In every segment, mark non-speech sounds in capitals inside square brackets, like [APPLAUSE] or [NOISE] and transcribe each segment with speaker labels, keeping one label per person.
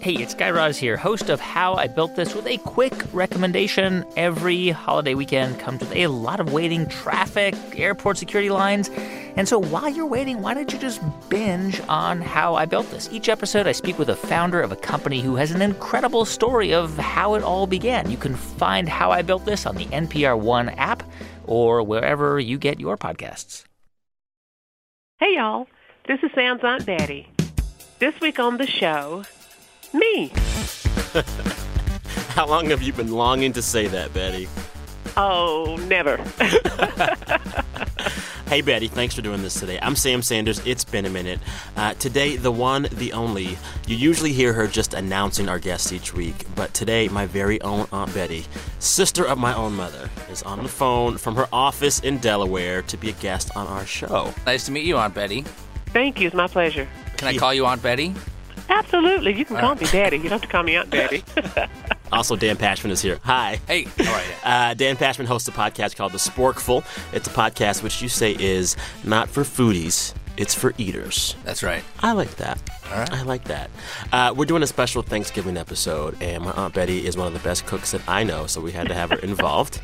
Speaker 1: Hey, it's Guy Raz here, host of How I Built This, with a quick recommendation. Every holiday weekend comes with a lot of waiting, traffic, airport security lines. And so while you're waiting, why don't you just binge on How I Built This? Each episode, I speak with a founder of a company who has an incredible story of how it all began. You can find How I Built This on the NPR One app or wherever you get your podcasts.
Speaker 2: Hey, y'all. This is Sam's Aunt Betty. This week on the show, me.
Speaker 3: [LAUGHS] How long have you been longing to say that, Betty?
Speaker 2: Oh, never.
Speaker 3: Hey, Betty, thanks for doing this today. I'm Sam Sanders. It's been a minute. Uh, today, the one, the only. You usually hear her just announcing our guests each week, but today, my very own Aunt Betty, sister of my own mother, is on the phone from her office in Delaware to be a guest on our show.
Speaker 4: Nice to meet you, Aunt Betty.
Speaker 2: Thank you. It's my pleasure.
Speaker 4: Can I call you Aunt Betty?
Speaker 2: Absolutely. You can call me Daddy. You don't have to call me Aunt Betty.
Speaker 3: [LAUGHS] Also, Dan Pashman is here. Hi.
Speaker 4: Hey, how are you?
Speaker 3: Uh, Dan Pashman hosts a podcast called The Sporkful. It's a podcast which you say is not for foodies, it's for eaters.
Speaker 4: That's right.
Speaker 3: I like that. I like that. Uh, we're doing a special Thanksgiving episode, and my Aunt Betty is one of the best cooks that I know, so we had to have
Speaker 4: [LAUGHS]
Speaker 3: her involved.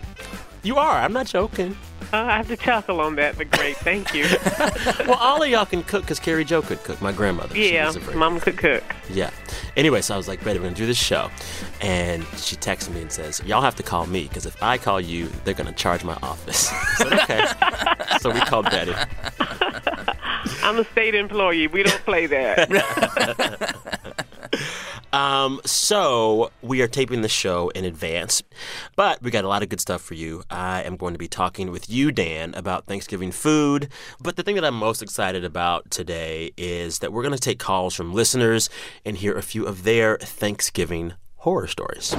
Speaker 3: You are. I'm not joking.
Speaker 2: Uh, I have to chuckle on that, but great. Thank
Speaker 3: [LAUGHS]
Speaker 2: you.
Speaker 3: Well, all of y'all can cook because Carrie Joe could cook. My grandmother. She
Speaker 2: yeah,
Speaker 3: was a very-
Speaker 2: Mama could cook.
Speaker 3: Yeah. Anyway, so I was like, Betty, we're going to do this show. And she texts me and says, Y'all have to call me because if I call you, they're going to charge my office. [LAUGHS] I said, okay. so we called Betty.
Speaker 2: I'm a state employee. We don't play that.
Speaker 3: [LAUGHS] Um, so we are taping the show in advance, but we got a lot of good stuff for you. I am going to be talking with you, Dan, about Thanksgiving food. But the thing that I'm most excited about today is that we're going to take calls from listeners and hear a few of their Thanksgiving horror stories.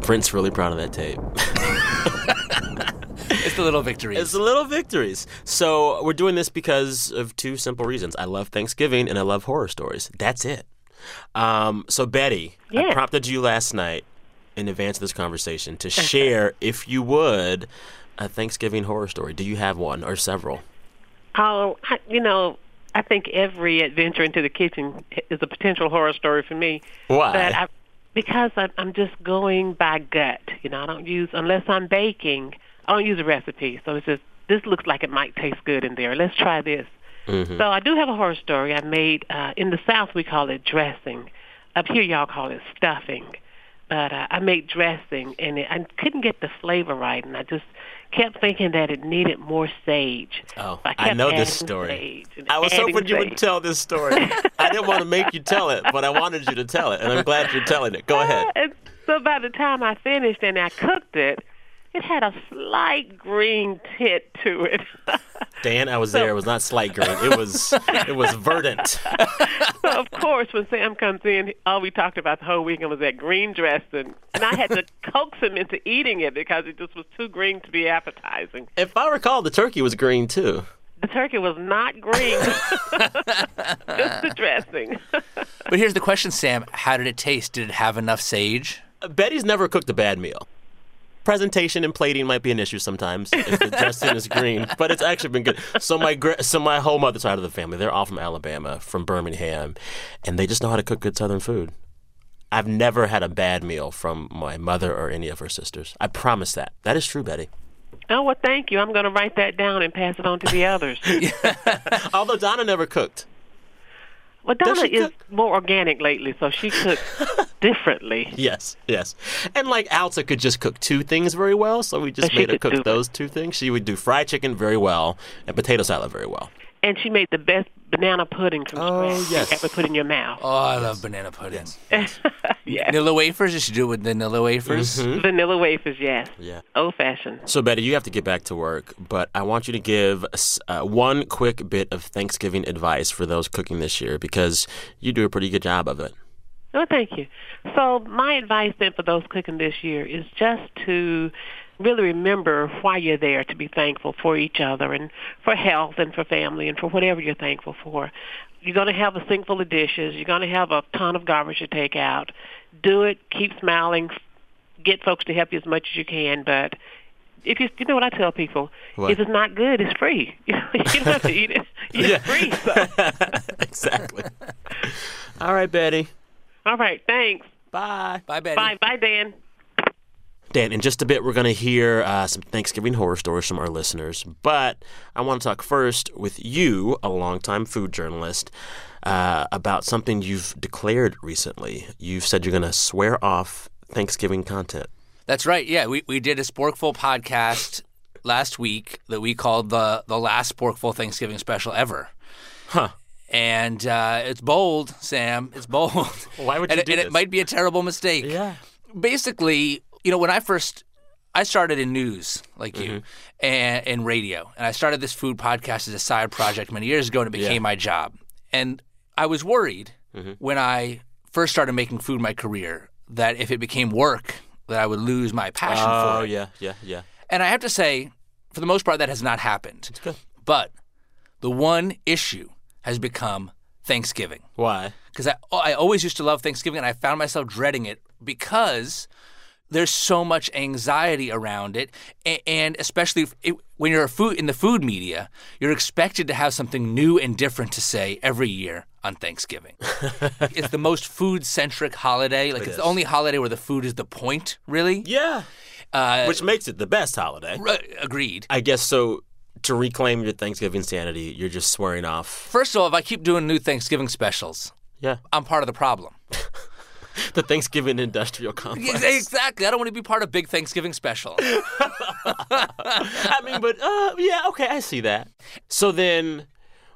Speaker 3: Brent's really proud of that tape.
Speaker 4: It's the little victories.
Speaker 3: It's the little victories. So we're doing this because of two simple reasons. I love Thanksgiving and I love horror stories. That's it. Um, so Betty, I
Speaker 2: Yeah.
Speaker 3: prompted you last night in advance of this conversation to share, if you would, a Thanksgiving horror story. Do you have one or several?
Speaker 2: oh, I, you know, I think every adventure into the kitchen is a potential horror story for me.
Speaker 3: Why?
Speaker 2: But I, because I'm, I'm just going by gut. You know, I don't use unless I'm baking. I don't use a recipe, so it's just this looks like it might taste good in there. Let's try this.
Speaker 3: Mm-hmm.
Speaker 2: So I do have a horror story I made. Uh, in the South, we call it dressing. Up here, y'all call it stuffing. But uh, I made dressing, and it, I couldn't get the flavor right, and I just kept thinking that it needed more sage.
Speaker 3: Oh,
Speaker 2: So I,
Speaker 3: I
Speaker 2: kept
Speaker 3: know this
Speaker 2: adding
Speaker 3: story.
Speaker 2: sage and
Speaker 3: I was
Speaker 2: adding
Speaker 3: hoping you would
Speaker 2: sage.
Speaker 3: tell this story. I didn't want to make you tell it, but I wanted you to tell it, and I'm glad you're telling it. Go
Speaker 2: [LAUGHS]
Speaker 3: ahead.
Speaker 2: And so by the time I finished and I cooked it, it had a slight green tint to it. [LAUGHS]
Speaker 3: Dan, I was there. It was not slight green. It was it was verdant.
Speaker 2: so of course, when Sam comes in, all we talked about the whole weekend was that green dressing, and I had to [LAUGHS] coax him into eating it because it just was too green to be appetizing.
Speaker 3: If I recall, the turkey was green too.
Speaker 2: The turkey was not
Speaker 3: [LAUGHS]
Speaker 2: green, just the dressing.
Speaker 4: but here's the question, Sam. How did it taste? Did it have enough sage?
Speaker 3: Betty's never cooked a bad meal. Presentation and plating might be an issue sometimes if
Speaker 4: [LAUGHS]
Speaker 3: the dressing is green, but it's actually been good. So my gra- so my whole mother side of the family, they're all from Alabama, from Birmingham, and they just know how to cook good Southern food. I've never had a bad meal from my mother or any of her sisters. I promise that. That is true, Betty.
Speaker 2: oh well, thank you. I'm going to write that down and pass it on to the others.
Speaker 3: [LAUGHS] Although Donna never cooked.
Speaker 2: Well, Donna
Speaker 3: she
Speaker 2: is
Speaker 3: cook?
Speaker 2: more organic lately, so she
Speaker 3: [LAUGHS]
Speaker 2: cooks differently.
Speaker 3: Yes, yes. And like Alta could just cook two things very well, so we just
Speaker 2: She
Speaker 3: made her
Speaker 2: could do
Speaker 3: cook
Speaker 2: it.
Speaker 3: those [LAUGHS] two things. She would do fried chicken very well and potato salad very [LAUGHS] well.
Speaker 2: And she made the best banana pudding from
Speaker 3: Oh,
Speaker 2: scratch
Speaker 3: yes.
Speaker 2: you ever put in your mouth.
Speaker 4: Oh, I love banana pudding.
Speaker 2: yes.
Speaker 4: Vanilla wafers. You should do it with vanilla wafers.
Speaker 3: Mm-hmm.
Speaker 2: Vanilla wafers, yes.
Speaker 3: Yeah.
Speaker 2: Old fashioned.
Speaker 3: So, Betty, you have to get back to work, but I want you to give us, uh, one quick bit of Thanksgiving advice for those cooking this year because you do a pretty good job of it.
Speaker 2: Oh, thank you. So my advice then for those cooking this year is just to really remember why you're there to be thankful for each other and for health and for family and for whatever you're thankful for. You're going to have a sink full of dishes. You're going to have a ton of garbage to take out. Do it. Keep smiling. Get folks to help you as much as you can, but if you you know what I tell people,
Speaker 3: What?
Speaker 2: if it's not good, it's free. [LAUGHS] you don't have to eat
Speaker 3: [LAUGHS]
Speaker 2: it. It's
Speaker 3: Yeah.
Speaker 2: free. So.
Speaker 3: [LAUGHS] exactly. All right, Betty.
Speaker 2: All right. Thanks.
Speaker 3: Bye.
Speaker 4: Bye, Betty.
Speaker 2: Bye. Bye, Dan.
Speaker 3: Dan, in just a bit, we're going to hear uh, some Thanksgiving horror stories from our listeners. But I want to talk first with you, a longtime food journalist, uh, about something you've declared recently. You've said you're going to swear off Thanksgiving content.
Speaker 4: That's right. Yeah, we, we did a Sporkful podcast last week that we called the the last Sporkful Thanksgiving special ever.
Speaker 3: Huh.
Speaker 4: And uh, it's bold, Sam. It's bold.
Speaker 3: Why would
Speaker 4: and
Speaker 3: you
Speaker 4: it,
Speaker 3: do
Speaker 4: and it
Speaker 3: this?
Speaker 4: might be a terrible mistake. Basically, you know, when I first I started in news like you
Speaker 3: Mm-hmm.
Speaker 4: and in radio, and I started this food podcast as a side project many years ago, and it became my job. And I was worried
Speaker 3: Mm-hmm.
Speaker 4: when I first started making food my career that if it became work, that I would lose my passion for it.
Speaker 3: Oh, yeah, yeah, yeah.
Speaker 4: And I have to say, for the most part, that has not happened.
Speaker 3: good.
Speaker 4: But the one issue has become Thanksgiving.
Speaker 3: Why?
Speaker 4: Because I, oh, I always used to love Thanksgiving and I found myself dreading it because there's so much anxiety around it. A- And especially if it, when you're a food, in the food media, you're expected to have something new and different to say every year on
Speaker 3: [LAUGHS]
Speaker 4: Thanksgiving. it's the most food centric holiday. Like, it's the
Speaker 3: is.
Speaker 4: only holiday where the food is the point, really.
Speaker 3: Yeah. Uh, Which makes it the best holiday.
Speaker 4: R- agreed.
Speaker 3: I guess so. To reclaim your Thanksgiving sanity, you're just swearing off.
Speaker 4: First of all, if I keep doing new Thanksgiving specials,
Speaker 3: Yeah.
Speaker 4: I'm part of
Speaker 3: [LAUGHS]
Speaker 4: the problem.
Speaker 3: The Thanksgiving industrial
Speaker 4: Yes,
Speaker 3: complex.
Speaker 4: [LAUGHS] exactly. I don't want to be part of big Thanksgiving special.
Speaker 3: I mean, but uh, yeah, okay, I see that. So then,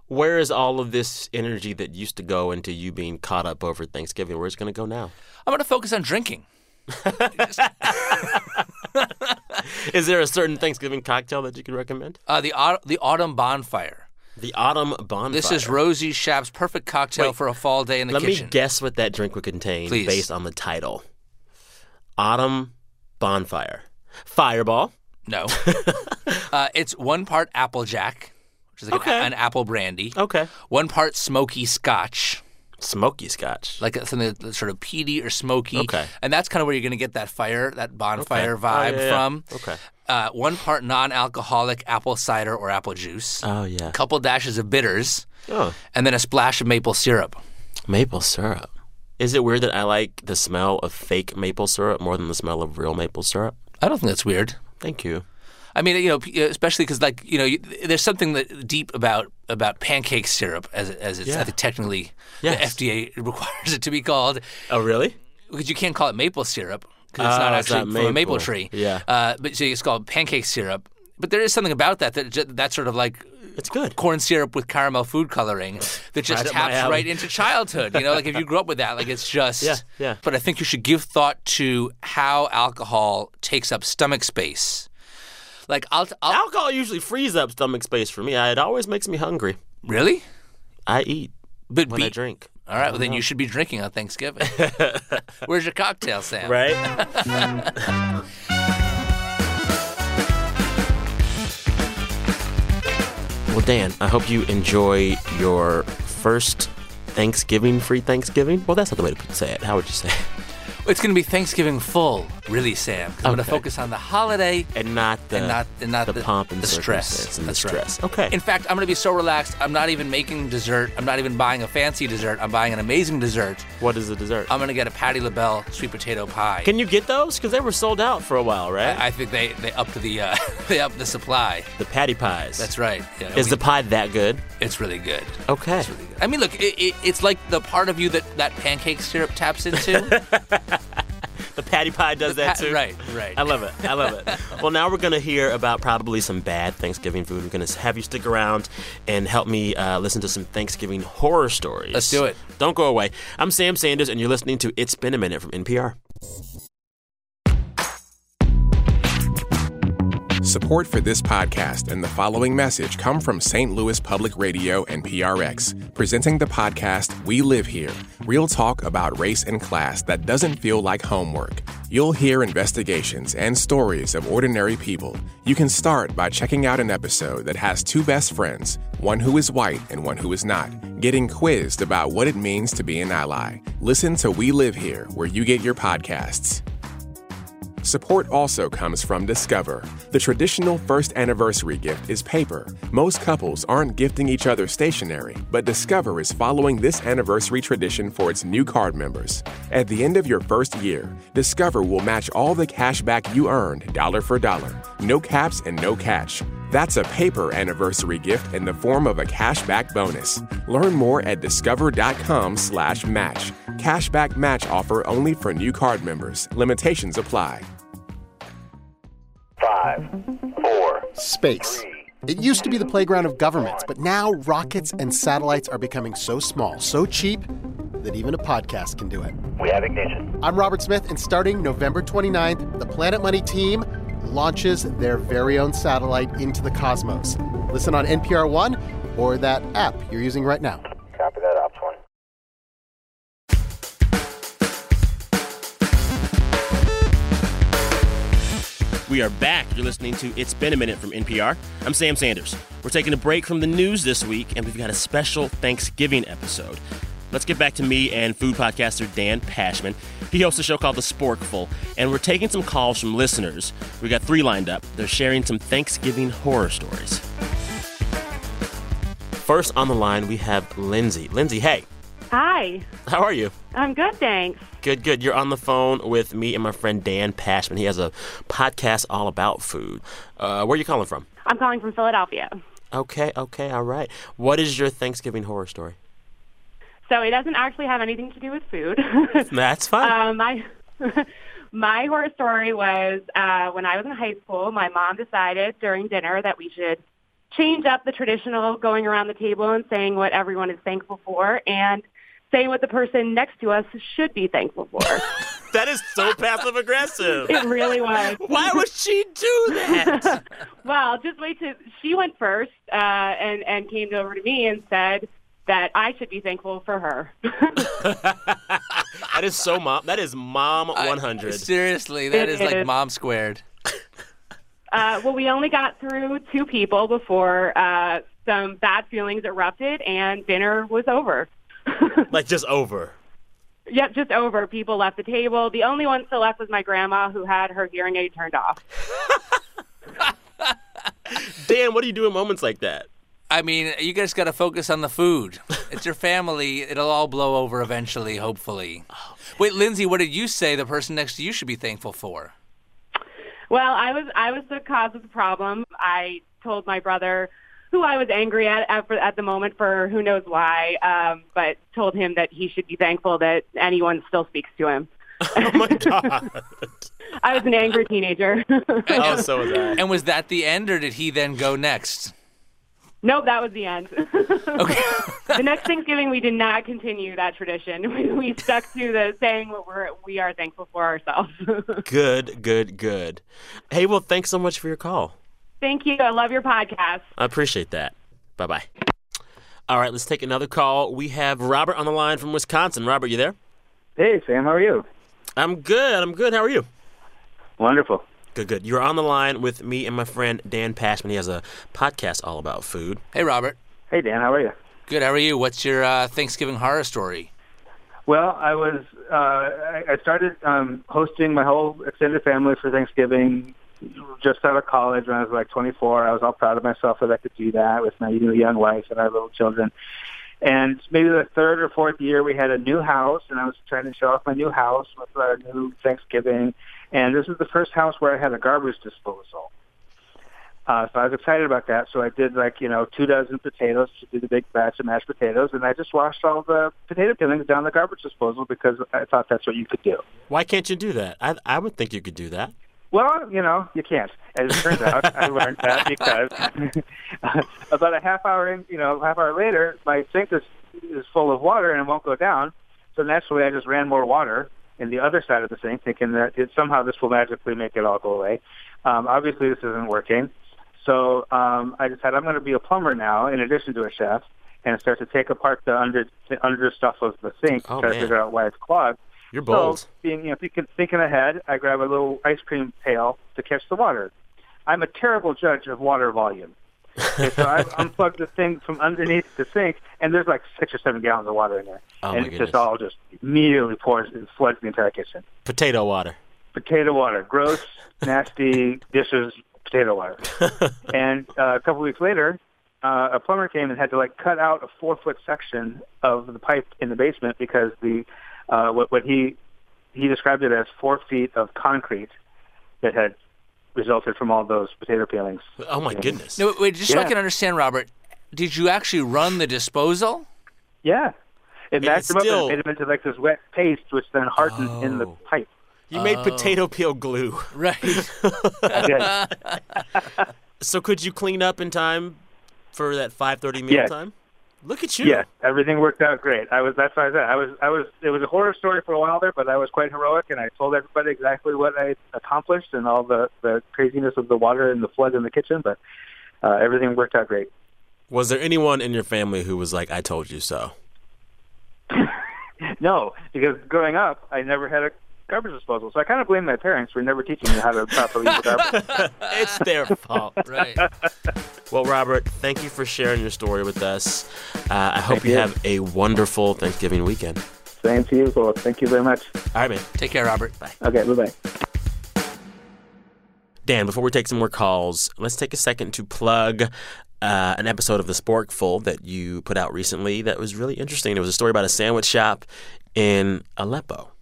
Speaker 3: where is all of this energy that used to go into you being caught up over Thanksgiving? Where's it going to go now?
Speaker 4: I'm going to focus on drinking.
Speaker 3: Is there a certain Thanksgiving cocktail that you could recommend?
Speaker 4: Uh, the au- the autumn bonfire.
Speaker 3: The Autumn Bonfire.
Speaker 4: This is Rosie Schapp's perfect cocktail
Speaker 3: Wait.
Speaker 4: for a fall day in the
Speaker 3: Let
Speaker 4: kitchen.
Speaker 3: me guess what that drink would contain
Speaker 4: Please.
Speaker 3: based on the title. Autumn Bonfire. Fireball. [LAUGHS]
Speaker 4: no, uh, it's one part applejack, which is like an,
Speaker 3: Okay.
Speaker 4: a- an apple brandy.
Speaker 3: Okay.
Speaker 4: One part smoky scotch,
Speaker 3: Smoky Scotch.
Speaker 4: like something that's sort of peaty or smoky.
Speaker 3: Okay.
Speaker 4: And that's kind of where you're going to get that fire, that bonfire
Speaker 3: Okay. Oh,
Speaker 4: vibe
Speaker 3: yeah, yeah.
Speaker 4: from.
Speaker 3: Okay.
Speaker 4: Uh, one part non-alcoholic apple cider or apple juice.
Speaker 3: Oh yeah.
Speaker 4: a couple dashes of bitters,
Speaker 3: Oh,
Speaker 4: and then a splash of maple syrup.
Speaker 3: maple syrup. Is it weird that I like the smell of fake maple syrup more than the smell of real maple syrup?
Speaker 4: I don't think that's weird.
Speaker 3: Thank you.
Speaker 4: I mean, you know, p- uh, especially because like you know, you, there's something that deep about about pancake syrup as as it's I
Speaker 3: Yeah.
Speaker 4: think technically
Speaker 3: Yes.
Speaker 4: the FDA [LAUGHS] requires it to be called
Speaker 3: Oh, really?
Speaker 4: because you can't call it maple syrup because it's
Speaker 3: Oh,
Speaker 4: not
Speaker 3: it's
Speaker 4: actually
Speaker 3: not
Speaker 4: from a maple
Speaker 3: maple.
Speaker 4: tree.
Speaker 3: Yeah.
Speaker 4: Uh, but so it's called pancake syrup. But there is something about that that ju- that's sort of like
Speaker 3: It's good.
Speaker 4: corn syrup with caramel food coloring that just
Speaker 3: Right up my
Speaker 4: taps
Speaker 3: alley.
Speaker 4: right into childhood. You know, like if you grew up with that, like it's just.
Speaker 3: Yeah, yeah.
Speaker 4: But I think you should give thought to how alcohol takes up stomach space. Like I'll, I'll
Speaker 3: Alcohol usually frees up stomach space for me. I- It always makes me hungry.
Speaker 4: really,
Speaker 3: I eat
Speaker 4: but
Speaker 3: when I
Speaker 4: be,
Speaker 3: drink.
Speaker 4: all right. Well,
Speaker 3: Mm-hmm.
Speaker 4: then you should be drinking
Speaker 3: [LAUGHS]
Speaker 4: on Thanksgiving. Where's your cocktail, Sam?
Speaker 3: Right? well, Dan, I hope you enjoy your first Thanksgiving free Thanksgiving. Well, that's not the way to say it. How would you say it?
Speaker 4: [LAUGHS] It's going to be Thanksgiving full, really, Sam. 'cause I'm going to
Speaker 3: Okay.
Speaker 4: focus on the holiday
Speaker 3: And not the,
Speaker 4: and not and not
Speaker 3: the,
Speaker 4: the,
Speaker 3: pomp and
Speaker 4: the stress.
Speaker 3: circumstance and
Speaker 4: That's
Speaker 3: the
Speaker 4: right.
Speaker 3: stress. Okay.
Speaker 4: In fact, I'm going to be so relaxed. I'm not even making dessert. I'm not even buying a fancy dessert. I'm buying an amazing dessert.
Speaker 3: what is the dessert?
Speaker 4: I'm going to get a Patty LaBelle sweet potato pie.
Speaker 3: Can you get those? Because they were sold out for a while, right?
Speaker 4: I I think they they up to the uh, [LAUGHS] they up the supply.
Speaker 3: the patty pies.
Speaker 4: That's right. Yeah,
Speaker 3: Is
Speaker 4: we-
Speaker 3: the pie that good?
Speaker 4: it's really good.
Speaker 3: Okay.
Speaker 4: I mean, look, it, it, it's like the part of you that that pancake syrup taps into.
Speaker 3: [LAUGHS] The patty pie does that
Speaker 4: pa-
Speaker 3: too.
Speaker 4: right, right.
Speaker 3: I love it. I love it.
Speaker 4: [LAUGHS]
Speaker 3: well, now we're going to hear about probably some bad Thanksgiving food. We're going to have you stick around and help me uh, listen to some Thanksgiving horror stories.
Speaker 4: Let's do it.
Speaker 3: Don't go away. I'm Sam Sanders, and you're listening to It's Been a Minute from NPR.
Speaker 5: Support for this podcast and the following message come from St. Louis Public Radio and PRX, presenting the podcast We Live Here Real Talk about Race and Class that doesn't feel like homework. You'll hear investigations and stories of ordinary people. You can start by checking out an episode that has two best friends, one who is white and one who is not, getting quizzed about what it means to be an ally. Listen to We Live Here, where you get your podcasts. Support also comes from Discover. The traditional first anniversary gift is paper. Most couples aren't gifting each other stationery, but Discover is following this anniversary tradition for its new card members. At the end of your first year, Discover will match all the cash back you earned dollar for dollar. No caps and no catch. That's a paper anniversary gift in the form of a cashback bonus. Learn more at discover.com slash match. Cashback match offer only for new card members. Limitations apply.
Speaker 6: Five, four,
Speaker 7: Space. It used to be the playground of governments, but now rockets and satellites are becoming so small, so cheap, that even a podcast can do it.
Speaker 6: we have ignition.
Speaker 7: I'm Robert Smith, and starting November 29th, the Planet Money team launches their very own satellite into the cosmos. Listen on NPR One or that app you're using right now.
Speaker 6: Copy that, Ops 1.
Speaker 3: We are back. You're listening to It's Been a Minute from NPR. I'm Sam Sanders. We're taking a break from the news this week, and we've got a special Thanksgiving episode. Let's get back to me and food podcaster Dan Pashman. He hosts a show called The Sporkful, and we're taking some calls from listeners. We got three lined up. They're sharing some Thanksgiving horror stories. First on the line, we have Lindsay. Lindsay, hey,
Speaker 8: Hi,
Speaker 3: how are you?
Speaker 8: I'm good, thanks.
Speaker 3: Good, good. You're on the phone with me and my friend Dan Pashman. He has a podcast all about food. Uh, where are you calling from?
Speaker 8: I'm calling from Philadelphia.
Speaker 3: Okay, okay, all right. What is your Thanksgiving horror story?
Speaker 8: So it doesn't actually have anything to do with food. [LAUGHS]
Speaker 3: That's fine.
Speaker 8: um, my, [LAUGHS] my horror story was uh, when I was in high school, my mom decided during dinner that we should change up the traditional going around the table and saying what everyone is thankful for and saying what the person next to us should be thankful
Speaker 3: [LAUGHS]
Speaker 8: for.
Speaker 3: that is so passive aggressive.
Speaker 8: it really was.
Speaker 3: [LAUGHS] Why would she do that?
Speaker 8: [LAUGHS] Well, just wait till she went first uh, and and came over to me and said that I should be thankful for her.
Speaker 3: that is so mom. That is mom 100.
Speaker 4: Seriously, that
Speaker 8: It
Speaker 4: is like
Speaker 8: is.
Speaker 4: mom squared.
Speaker 8: uh, well, we only got through two people before uh, some bad feelings erupted and dinner was over.
Speaker 3: like just
Speaker 8: [LAUGHS]
Speaker 3: over.
Speaker 8: Yep, just over. People left the table. The only one still left was my grandma, who had her hearing aid turned off.
Speaker 3: Dan, what do you do in moments like that?
Speaker 4: I mean, you guys got to focus on
Speaker 3: [LAUGHS]
Speaker 4: the food. It's your family. It'll all blow over eventually, hopefully. Wait, Lindsay, what did you say the person next to you should be thankful for?
Speaker 8: Well, I was I was the cause of the problem. I told my brother, who I was angry at at, for- at the moment for who knows why, um, but told him that he should be thankful that anyone still speaks to him.
Speaker 3: [LAUGHS] Oh my god.
Speaker 8: I was an angry teenager. [LAUGHS]
Speaker 3: oh, so was I.
Speaker 4: And was that the end, or did he then go next?
Speaker 8: nope, that was the end.
Speaker 4: Okay.
Speaker 8: [LAUGHS] the next Thanksgiving, we did not continue that tradition. [LAUGHS] We, we stuck to the saying what we're we are thankful for ourselves.
Speaker 3: Good, good, good. Hey, well, thanks so much for your call.
Speaker 8: Thank you. I love your podcast.
Speaker 3: I appreciate that. Bye bye. All right, let's take another call. We have Robert on the line from Wisconsin. Robert, you there?
Speaker 9: Hey, Sam, how are you?
Speaker 3: I'm good. I'm good. How are you?
Speaker 9: Wonderful.
Speaker 3: Good, good. You're on the line with me and my friend Dan Pashman. He has a podcast all about food.
Speaker 4: Hey, Robert.
Speaker 9: Hey, Dan, how are you?
Speaker 4: Good. How are you? What's your uh, Thanksgiving horror story?
Speaker 9: Well, I was, uh, I I started um, hosting my whole extended family for Thanksgiving just out of college when I was like 24. I was all proud of myself that I could do that with my new young wife and our little children. And maybe the third or fourth year, we had a new house, and I was trying to show off my new house with our new Thanksgiving. And this was the first house where I had a garbage disposal. Uh, so I was excited about that. So I did like, you know, two dozen potatoes to do the big batch of mashed potatoes. And I just washed all the potato peelings down the garbage disposal because I thought that's what you could do.
Speaker 3: Why can't you do that? I I would think you could do that.
Speaker 9: Well, you know, you can't. As it
Speaker 3: [LAUGHS]
Speaker 9: turns out, I learned that because [LAUGHS] about a half hour in, you know, half hour later, my sink is, is full of water and it won't go down. So naturally, I just ran more water in the other side of the sink, thinking that it, somehow this will magically make it all go away. Um, obviously, this isn't working. So um, I decided I'm going to be a plumber now, in addition to a chef, and start to take apart the under the under stuff of the sink
Speaker 3: Oh,
Speaker 9: to try
Speaker 3: man.
Speaker 9: to figure out why it's clogged.
Speaker 3: You're bold.
Speaker 9: So, being you know, thinking, thinking ahead, I grab a little ice cream pail to catch the water. I'm a terrible judge of water volume. Okay,
Speaker 3: [LAUGHS]
Speaker 9: so I unplugged the thing from underneath the sink, and there's like six or seven gallons of water in there,
Speaker 3: Oh,
Speaker 9: and
Speaker 3: my
Speaker 9: it
Speaker 3: goodness.
Speaker 9: just all just immediately pours and floods the entire kitchen.
Speaker 3: Potato water.
Speaker 9: potato water,
Speaker 3: [LAUGHS]
Speaker 9: gross, nasty dishes, potato water. and uh, a couple weeks later, uh, a plumber came and had to like cut out a four foot section of the pipe in the basement because the uh, what, what he he described it as four feet of concrete that had resulted from all those potato peelings.
Speaker 3: Oh my goodness.
Speaker 4: No, wait, wait, just so I
Speaker 9: Yeah.
Speaker 4: can understand, Robert, did you actually run the disposal?
Speaker 9: Yeah, it mashed
Speaker 3: it's
Speaker 9: them up
Speaker 3: still- Oh.
Speaker 9: and made them into like this wet paste, which then hardened in the pipe.
Speaker 3: You made potato peel glue.
Speaker 4: Oh. Right.
Speaker 9: Yeah.
Speaker 3: [LAUGHS] So could you clean up in time for that 5:30 meal
Speaker 9: Yes.
Speaker 3: time? Look at you.
Speaker 9: Yeah, everything worked out great. I was that's why I said I was I was it was a horror story for a while there, but I was quite heroic and I told everybody exactly what I accomplished and all the the craziness of the water and the flood in the kitchen, but uh, everything worked out great. [LAUGHS]
Speaker 3: Was there anyone in your family who was like, "I told you so"?
Speaker 9: No, because growing up, I never had a garbage disposal, so I kind of blame my parents for never teaching me how to properly use garbage.
Speaker 3: [LAUGHS] It's their fault.
Speaker 4: right.
Speaker 3: [LAUGHS] Well, Robert, thank you for sharing your story with us. Uh, I hope you have a wonderful Thanksgiving weekend.
Speaker 9: Same to you, so thank you very much.
Speaker 3: All right, man.
Speaker 4: Take care, Robert.
Speaker 9: Okay, bye bye.
Speaker 3: Dan, before we take some more calls, let's take a second to plug uh, an episode of The Sporkful that you put out recently that was really interesting. There was a story about a sandwich shop in Aleppo.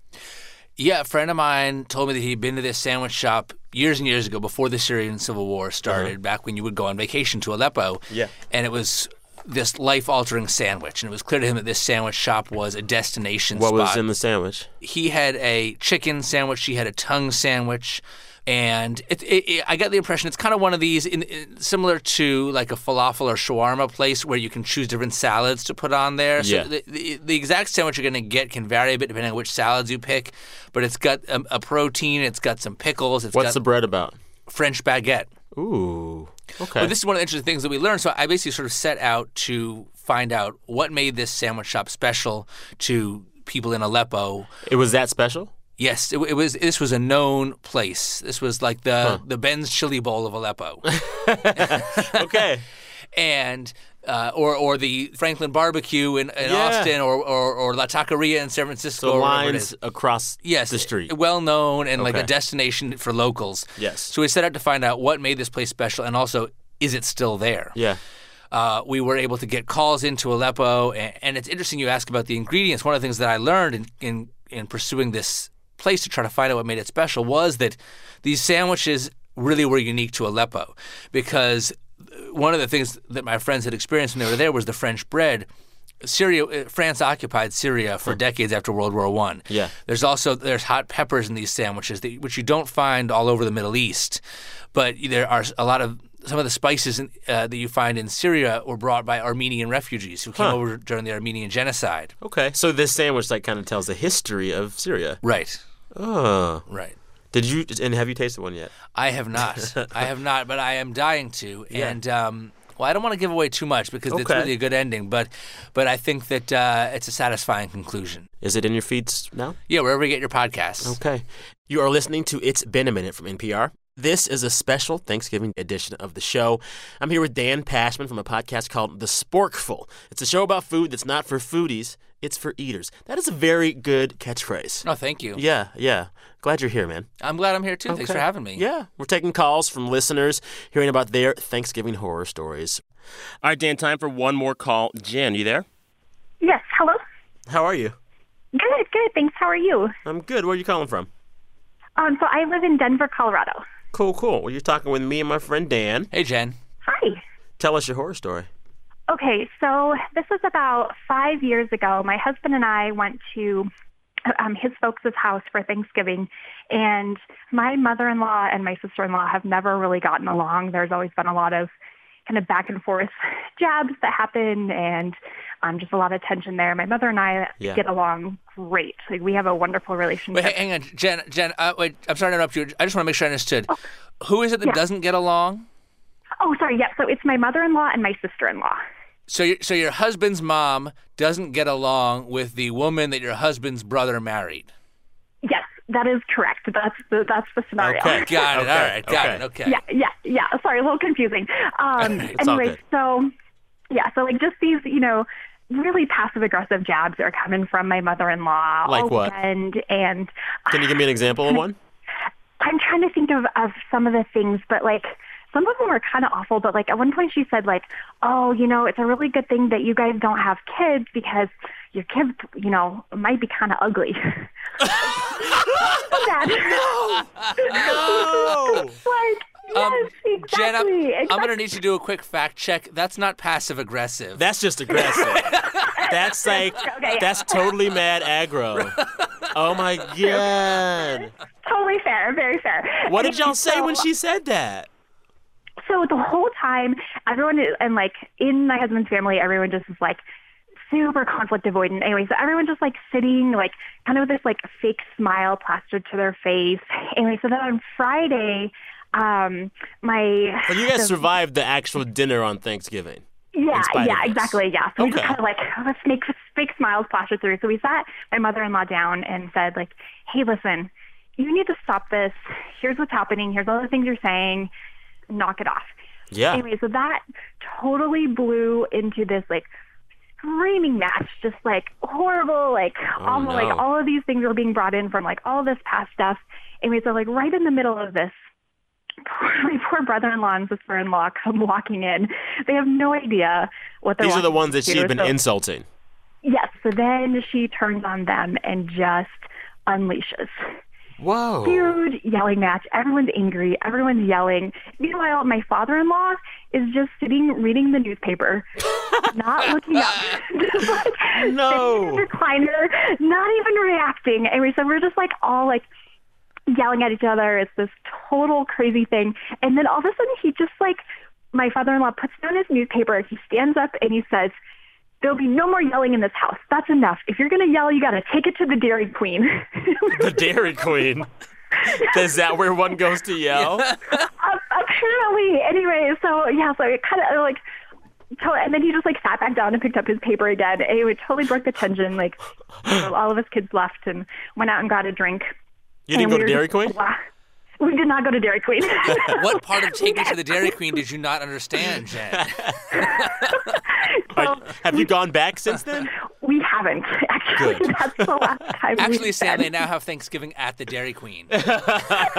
Speaker 4: Yeah, a friend of mine told me that he'd been to this sandwich shop years and years ago before the Syrian civil war started, back when you would go on vacation to Aleppo.
Speaker 3: Uh-huh. Yeah.
Speaker 4: And it was this life altering sandwich. And it was clear to him that this sandwich shop was a destination
Speaker 3: What
Speaker 4: spot.
Speaker 3: was in the sandwich?
Speaker 4: he had a chicken sandwich. She had a tongue sandwich, and it, it, it, I got the impression it's kind of one of these in, in, similar to like a falafel or shawarma place where you can choose different salads to put on there. So
Speaker 3: Yeah.
Speaker 4: the, the, the exact sandwich you're going to get can vary a bit depending on which salads you pick, but it's got um, a, a protein, it's got some pickles, it's
Speaker 3: What's the
Speaker 4: got
Speaker 3: bread about?
Speaker 4: French baguette.
Speaker 3: Ooh. Okay.
Speaker 4: But this is one of the interesting things that we learned. So I basically sort of set out to find out what made this sandwich shop special to people in Aleppo
Speaker 3: it was that special?
Speaker 4: Yes, it, w- it was. This was a known place. This was like the the Ben's Chili Bowl of Aleppo,
Speaker 3: [LAUGHS]
Speaker 4: [LAUGHS]
Speaker 3: Okay.
Speaker 4: and uh, or or the Franklin Barbecue in, in
Speaker 3: Yeah.
Speaker 4: Austin, or, or or La Taqueria in San Francisco.
Speaker 3: The
Speaker 4: or wherever it
Speaker 3: lines
Speaker 4: is.
Speaker 3: across
Speaker 4: Yes,
Speaker 3: the street.
Speaker 4: well known and like a
Speaker 3: Okay.
Speaker 4: destination for locals.
Speaker 3: Yes.
Speaker 4: So we set out to find out what made this place special, and also is it still there?
Speaker 3: yeah.
Speaker 4: uh, we were able to get calls into Aleppo. And, and it's interesting you ask about the ingredients. One of the things that I learned in, in, in pursuing this place to try to find out what made it special was that these sandwiches really were unique to Aleppo because uh, one of the things that my friends had experienced when they were there was the French bread. Syria, uh, France occupied Syria
Speaker 3: Hmm.
Speaker 4: for decades after World War One.
Speaker 3: Yeah.
Speaker 4: There's also there's hot peppers in these sandwiches, that, which you don't find all over the Middle East, but there are a lot of some of the spices in, uh, that you find in Syria were brought by Armenian refugees who came
Speaker 3: Huh.
Speaker 4: over during the Armenian genocide.
Speaker 3: Okay. So this sandwich like kind of tells the history of Syria.
Speaker 4: Right.
Speaker 3: Oh.
Speaker 4: Right.
Speaker 3: Did you and have you tasted one yet?
Speaker 4: I
Speaker 3: [LAUGHS]
Speaker 4: have not. I have not, but I am dying to. And um, well, I don't want to give away too much because it's
Speaker 3: Okay.
Speaker 4: really a good ending. But but I think that uh, it's a satisfying conclusion.
Speaker 3: Is it in your feeds now?
Speaker 4: Yeah, wherever you get your podcasts.
Speaker 3: Okay. You are listening to It's Been a Minute from NPR. This is a special Thanksgiving edition of the show. I'm here with Dan Pashman from a podcast called The Sporkful. It's a show about food that's not for foodies, it's for eaters. That is a very good catchphrase.
Speaker 4: No, Oh, thank you.
Speaker 3: Yeah, yeah. Glad you're here, man.
Speaker 4: I'm glad I'm here too. Thanks for
Speaker 3: Okay.
Speaker 4: having me.
Speaker 3: Yeah, we're taking calls from listeners, hearing about their Thanksgiving horror stories. All right, Dan, time for one more call. Jen, you there?
Speaker 10: Yes. Hello.
Speaker 3: How are you?
Speaker 10: Good. Good. Thanks. How are you?
Speaker 3: I'm good. Where are you calling from?
Speaker 10: Um, so I live in Denver, Colorado.
Speaker 3: Cool, cool. Well, you're talking with me and my friend Dan.
Speaker 4: Hey, Jen.
Speaker 10: Hi.
Speaker 3: Tell us your horror story.
Speaker 10: Okay. So this was about five years ago. My husband and I went to um, his folks' house for Thanksgiving, and my mother-in-law and my sister-in-law have never really gotten along. There's always been a lot of kind of back and forth jabs that happen, and um, just a lot of tension there. My mother and I
Speaker 3: Yeah.
Speaker 10: get along great. Like we have a wonderful relationship.
Speaker 4: Wait, ha- hang on, Jen. Jen, uh, wait. I'm sorry to interrupt you. I just want to make sure I understood. Who is it that doesn't get along?
Speaker 10: Oh, sorry. Yep. So it's my mother-in-law and my sister-in-law.
Speaker 4: So, your so your husband's mom doesn't get along with the woman that your husband's brother married.
Speaker 10: Yes, that is correct. That's the that's the scenario.
Speaker 3: Okay.
Speaker 4: Got it.
Speaker 3: [LAUGHS] Okay,
Speaker 4: All right. Got
Speaker 3: okay.
Speaker 4: it. Okay.
Speaker 10: Yeah, yeah, yeah. Sorry, a little confusing. Um,
Speaker 3: [LAUGHS] It's all
Speaker 10: anyway,
Speaker 3: good.
Speaker 10: so yeah, so like just these, you know, really passive aggressive jabs that are coming from my mother-in-law
Speaker 3: Like
Speaker 10: all
Speaker 3: what?
Speaker 10: weekend, and
Speaker 3: Can you give me an example of one?
Speaker 10: I'm trying to think of, of some of the things, but like some of them were kind of awful. But like at one point she said like, oh, you know, it's a really good thing that you guys don't have kids because your kids, you know, might be kind of ugly. [LAUGHS] no.
Speaker 4: No.
Speaker 10: like. Yes,
Speaker 4: Jen, I'm,
Speaker 10: exactly.
Speaker 4: I'm going to need you to do a quick fact check. That's not passive aggressive.
Speaker 3: That's just aggressive.
Speaker 10: [LAUGHS]
Speaker 3: that's like
Speaker 10: [LAUGHS] Okay.
Speaker 3: that's totally mad
Speaker 10: [LAUGHS]
Speaker 3: aggro. Oh my god.
Speaker 10: Totally fair, very fair.
Speaker 3: What
Speaker 10: And
Speaker 3: did y'all say when
Speaker 10: so-
Speaker 3: she said that?
Speaker 10: So the whole time, everyone is- and like in my husband's family, everyone just is like super conflict avoidant. Anyway, so everyone just like sitting like kind of with this like fake smile plastered to their face. Anyway, so then on Friday, um, my
Speaker 3: Well, you guys survived the actual dinner on Thanksgiving.
Speaker 10: yeah,
Speaker 3: spite of
Speaker 10: yeah,
Speaker 3: this.
Speaker 10: exactly. Yeah. So we just
Speaker 3: Okay.
Speaker 10: kind of like, let's make fake smiles plaster through. So we sat my mother-in-law down and said like, hey, listen, you need to stop this. Here's what's happening. Here's all the things you're saying. Knock it off.
Speaker 3: Yeah.
Speaker 10: Anyway, so that totally blew into this like screaming match, just like horrible, like all
Speaker 3: Oh, no.
Speaker 10: like all of these things were being brought in from like all this past stuff. Anyway, so like right in the middle of this, [LAUGHS] my poor brother-in-law and sister-in-law come walking in. They have no idea what they're.
Speaker 3: These are the
Speaker 10: walking
Speaker 3: ones that she had
Speaker 10: into,
Speaker 3: been
Speaker 10: so-
Speaker 3: insulting.
Speaker 10: Yes. So then she turns on them and just unleashes
Speaker 3: Whoa.
Speaker 10: huge yelling match. Everyone's angry. Everyone's yelling. Meanwhile, my father-in-law is just sitting reading the
Speaker 3: [LAUGHS]
Speaker 10: newspaper, not looking up. [LAUGHS] Just, like,
Speaker 3: No.
Speaker 10: sitting in his recliner, not even reacting. Anyway, so we're just like all like yelling at each other. It's this total crazy thing. And then all of a sudden, he just like my father-in-law puts down his newspaper. He stands up and he says. There'll be no more yelling in this house. That's enough. If you're going to yell, you got to take it to the Dairy Queen. [LAUGHS]
Speaker 3: The Dairy Queen. Is that where one goes to
Speaker 10: Um,
Speaker 3: yell?
Speaker 10: apparently, anyway, so yeah, so it kind of like, to- and then he just like sat back down and picked up his paper again. And it would totally broke the tension. Like, so all of us kids left and went out and got a drink.
Speaker 3: You
Speaker 10: And
Speaker 3: didn't go
Speaker 10: we
Speaker 3: to
Speaker 10: were
Speaker 3: Dairy
Speaker 10: just-
Speaker 3: Queen?
Speaker 10: Wow. We did not go to Dairy Queen. [LAUGHS]
Speaker 4: [LAUGHS] What part of Take It to the Dairy Queen did you not understand, Jen?
Speaker 10: so
Speaker 3: Have you gone back since then?
Speaker 10: we haven't [LAUGHS] actually.
Speaker 3: Good.
Speaker 10: That's the last [LAUGHS] time.
Speaker 4: Actually,
Speaker 10: we
Speaker 4: Sam, they now have Thanksgiving at the Dairy Queen.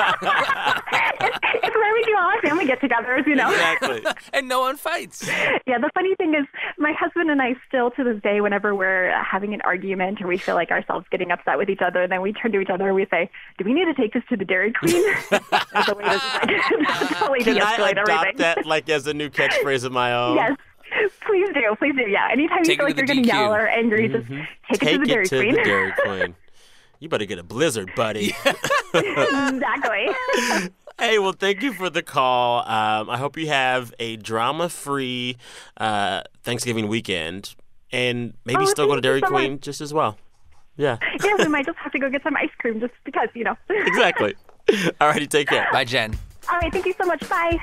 Speaker 10: it's, it's where we do all our family get-togethers.
Speaker 4: [LAUGHS]
Speaker 10: You know.
Speaker 3: Exactly.
Speaker 4: and no one fights.
Speaker 10: [LAUGHS] Yeah, the funny thing is, my husband and I still to this day, whenever we're uh, having an argument or we feel like ourselves getting upset with each other, and then we turn to each other and we say, "Do we need to take this to the Dairy Queen?" As a way to just, like, [LAUGHS] totally
Speaker 3: Can I
Speaker 10: de-escalate
Speaker 3: adopt
Speaker 10: everything.
Speaker 3: that like as a new catchphrase of my own?
Speaker 10: Yes, please do, please do. Yeah, anytime
Speaker 4: Take
Speaker 10: you feel
Speaker 4: it
Speaker 10: like
Speaker 4: to
Speaker 10: you're
Speaker 4: the
Speaker 10: going to
Speaker 4: DQ.
Speaker 10: yell or angry, just take,
Speaker 3: Take
Speaker 10: it to the Dairy [LAUGHS] Queen.
Speaker 3: Dairy Queen. You better get a blizzard, buddy.
Speaker 10: [LAUGHS] exactly.
Speaker 3: [LAUGHS] Hey, well, thank you for the call. Um, I hope you have a drama-free uh, Thanksgiving weekend, and maybe
Speaker 10: Oh,
Speaker 3: still go
Speaker 10: thank
Speaker 3: to
Speaker 10: you
Speaker 3: Dairy
Speaker 10: so
Speaker 3: Queen just as well. [LAUGHS] Yeah,
Speaker 10: yeah, we might just have to go get some ice cream just because, you know.
Speaker 3: exactly. Alrighty, take care.
Speaker 4: Bye, Jen.
Speaker 10: All right, thank you so much. Bye.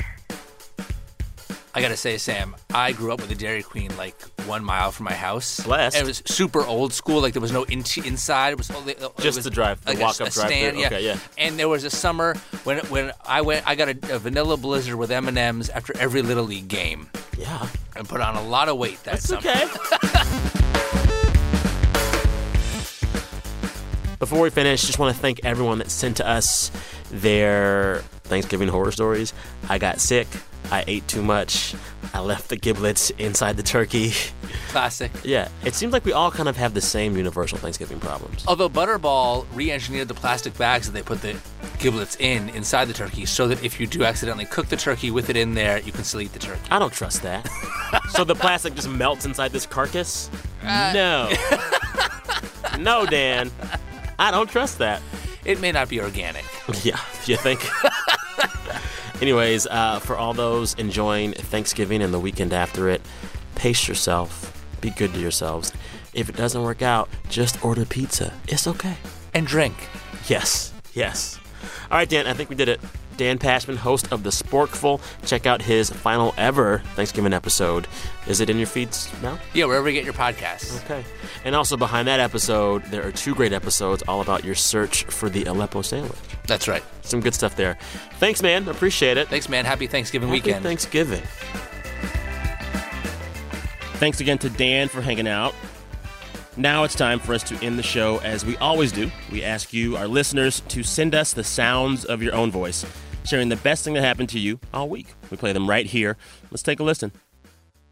Speaker 4: I gotta say, Sam, I grew up with a Dairy Queen like one mile from my house.
Speaker 3: Blessed.
Speaker 4: And it was super old school. Like there was no in- inside. It was only it
Speaker 3: Just
Speaker 4: was
Speaker 3: the drive- the
Speaker 4: like a-
Speaker 3: walk-up
Speaker 4: a
Speaker 3: drive-thru.
Speaker 4: stand,
Speaker 3: Okay, yeah.
Speaker 4: And there was a summer when when I went, I got a, a vanilla blizzard with M and M's after every little league game,
Speaker 3: Yeah,
Speaker 4: and put on a lot of weight that
Speaker 3: it's
Speaker 4: summer.
Speaker 3: okay.
Speaker 4: [LAUGHS]
Speaker 3: Before we finish, just want to thank everyone that sent to us their Thanksgiving horror stories. I got sick. I ate too much. I left the giblets inside the turkey. [LAUGHS]
Speaker 4: Classic.
Speaker 3: Yeah, it seems like we all kind of have the same universal Thanksgiving problems.
Speaker 4: Although Butterball re-engineered the plastic bags that they put the giblets in inside the turkey, so that if you do accidentally cook the turkey with it in there, you can still eat the turkey.
Speaker 3: I don't trust that. so the plastic just melts inside this carcass? No. no, Dan. I don't trust that.
Speaker 4: It may not be organic.
Speaker 3: Yeah, you think? [LAUGHS] Anyways, uh, for all those enjoying Thanksgiving and the weekend after it, pace yourself. Be good to yourselves. If it doesn't work out, just order pizza. It's okay.
Speaker 4: [LAUGHS] And drink.
Speaker 3: Yes, yes. All right, Dan, I think we did it. Dan Pashman, host of The Sporkful. Check out his final ever Thanksgiving episode. Is it in your feeds now?
Speaker 4: Yeah, wherever you get your podcasts.
Speaker 3: Okay. And also behind that episode, there are two great episodes all about your search for the Aleppo sandwich.
Speaker 4: That's right.
Speaker 3: Some good stuff there. Thanks, man. Appreciate it.
Speaker 4: Thanks, man. Happy Thanksgiving
Speaker 3: Happy
Speaker 4: weekend.
Speaker 3: Thanksgiving. Thanks again to Dan for hanging out. Now it's time for us to end the show as we always do. We ask you, our listeners, to send us the sounds of your own voice, sharing the best thing that happened to you all week. We play them right here. Let's take a listen.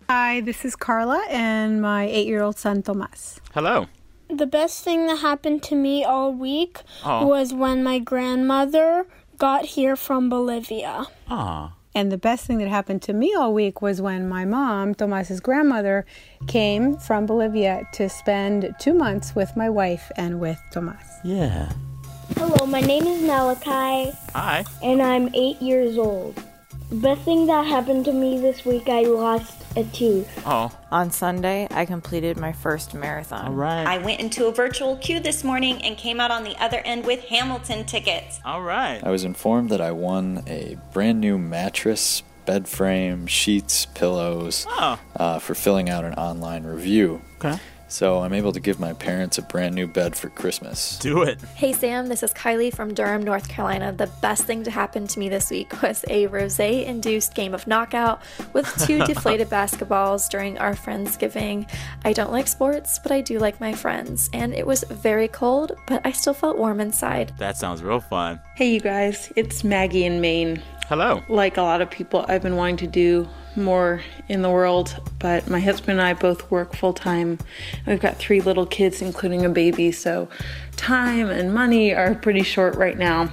Speaker 11: Hi, this is Carla and my eight year old son Tomas.
Speaker 12: Hello.
Speaker 13: The best thing that happened to me all week
Speaker 12: Aw.
Speaker 13: was when my grandmother got here from Bolivia.
Speaker 12: Ah.
Speaker 11: And the best thing that happened to me all week was when my mom, Tomas's grandmother, came from Bolivia to spend two months with my wife and with Tomas.
Speaker 12: Yeah.
Speaker 14: Hello, my name is Malachi,
Speaker 12: Hi.
Speaker 14: and I'm eight years old. Best thing that happened to me this week, I lost a tooth.
Speaker 12: Oh.
Speaker 15: On Sunday, I completed my first marathon. All right.
Speaker 16: I went into a virtual queue this morning and came out on the other end with Hamilton tickets.
Speaker 12: All right.
Speaker 17: I was informed that I won a brand new mattress, bed frame, sheets, pillows
Speaker 12: Oh.
Speaker 17: uh, for filling out an online review.
Speaker 12: Okay.
Speaker 17: So I'm able to give my parents a brand new bed for Christmas.
Speaker 12: Do it.
Speaker 18: Hey Sam, this is Kylie from Durham, North Carolina. The best thing to happen to me this week [LAUGHS] was a rose induced game of knockout with two deflated basketballs during our Friendsgiving. I don't like sports, but I do like my friends, and it was very cold, but I still felt warm inside.
Speaker 12: That sounds real fun.
Speaker 19: Hey, you guys, it's Maggie in Maine.
Speaker 12: Hello.
Speaker 19: Like a lot of people, I've been wanting to do more in the world, but my husband and I both work full time. We've got three little kids, including a baby, so time and money are pretty short right now.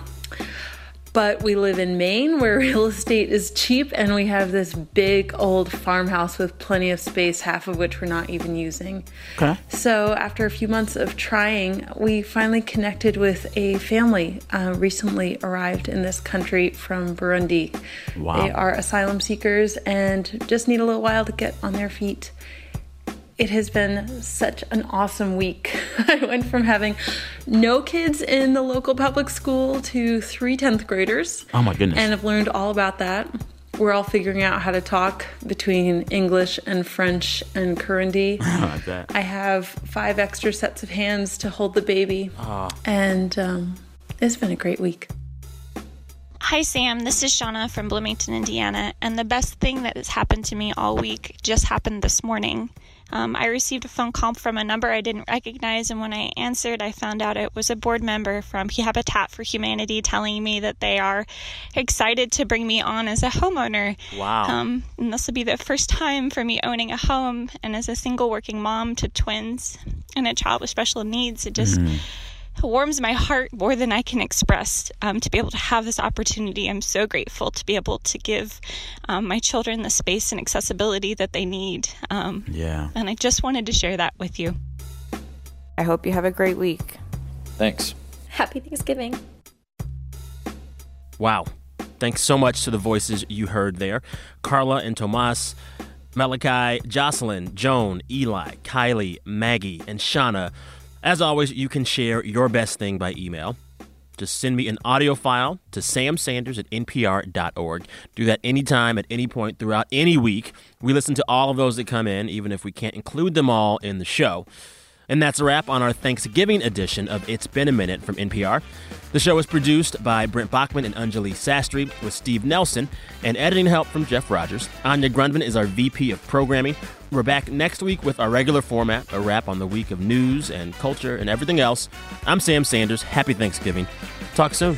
Speaker 19: But we live in Maine where [LAUGHS] real estate is cheap, and we have this big old farmhouse with plenty of space, half of which we're not even using.
Speaker 12: Okay.
Speaker 19: So, after a few months of trying, we finally connected with a family uh, recently arrived in this country from Burundi.
Speaker 12: Wow.
Speaker 19: They are asylum seekers and just need a little while to get on their feet. It has been such an awesome week. [LAUGHS] I went from having no kids in the local public school to three 10th graders.
Speaker 12: Oh my goodness.
Speaker 19: And I've learned all about that. We're all figuring out how to talk between English and French and
Speaker 12: [LAUGHS]
Speaker 19: Kurundi.
Speaker 12: I like that.
Speaker 19: I have five extra sets of hands to hold the baby.
Speaker 12: Ah.
Speaker 19: And um, it's been a great week.
Speaker 20: Hi, Sam. This is Shauna from Bloomington, Indiana. And the best thing that has happened to me all week just happened this morning. Um, I received a phone call from a number I didn't recognize, and when I answered, I found out it was a board member from Habitat for Humanity telling me that they are excited to bring me on as a homeowner.
Speaker 21: Wow.
Speaker 20: Um, and this will be the first time for me owning a home, and as a single working mom to twins and a child with special needs, it just
Speaker 3: Mm-hmm.
Speaker 4: Mm.
Speaker 20: warms my heart more than I can express um, to be able to have this opportunity. I'm so grateful to be able to give um, my children the space and accessibility that they need. Um,
Speaker 12: Yeah.
Speaker 20: And I just wanted to share that with you.
Speaker 15: I hope you have a great week.
Speaker 17: Thanks.
Speaker 18: Happy Thanksgiving.
Speaker 3: Wow. Thanks so much to the voices you heard there Carla and Tomas, Malachi, Jocelyn, Joan, Eli, Kylie, Maggie, and Shauna. As always, you can share your best thing by email. Just send me an audio file to samsanders at npr.org. Do that anytime, at any point throughout any week. We listen to all of those that come in, even if we can't include them all in the show. And that's a wrap on our Thanksgiving edition of It's Been a Minute from NPR. The show is produced by Brent Bachman and Anjali Sastry with Steve Nelson and editing help from Jeff Rogers. Anya Grundman is our VP of Programming. We're back next week with our regular format, a wrap on the week of news and culture and everything else. I'm Sam Sanders. Happy Thanksgiving. Talk soon.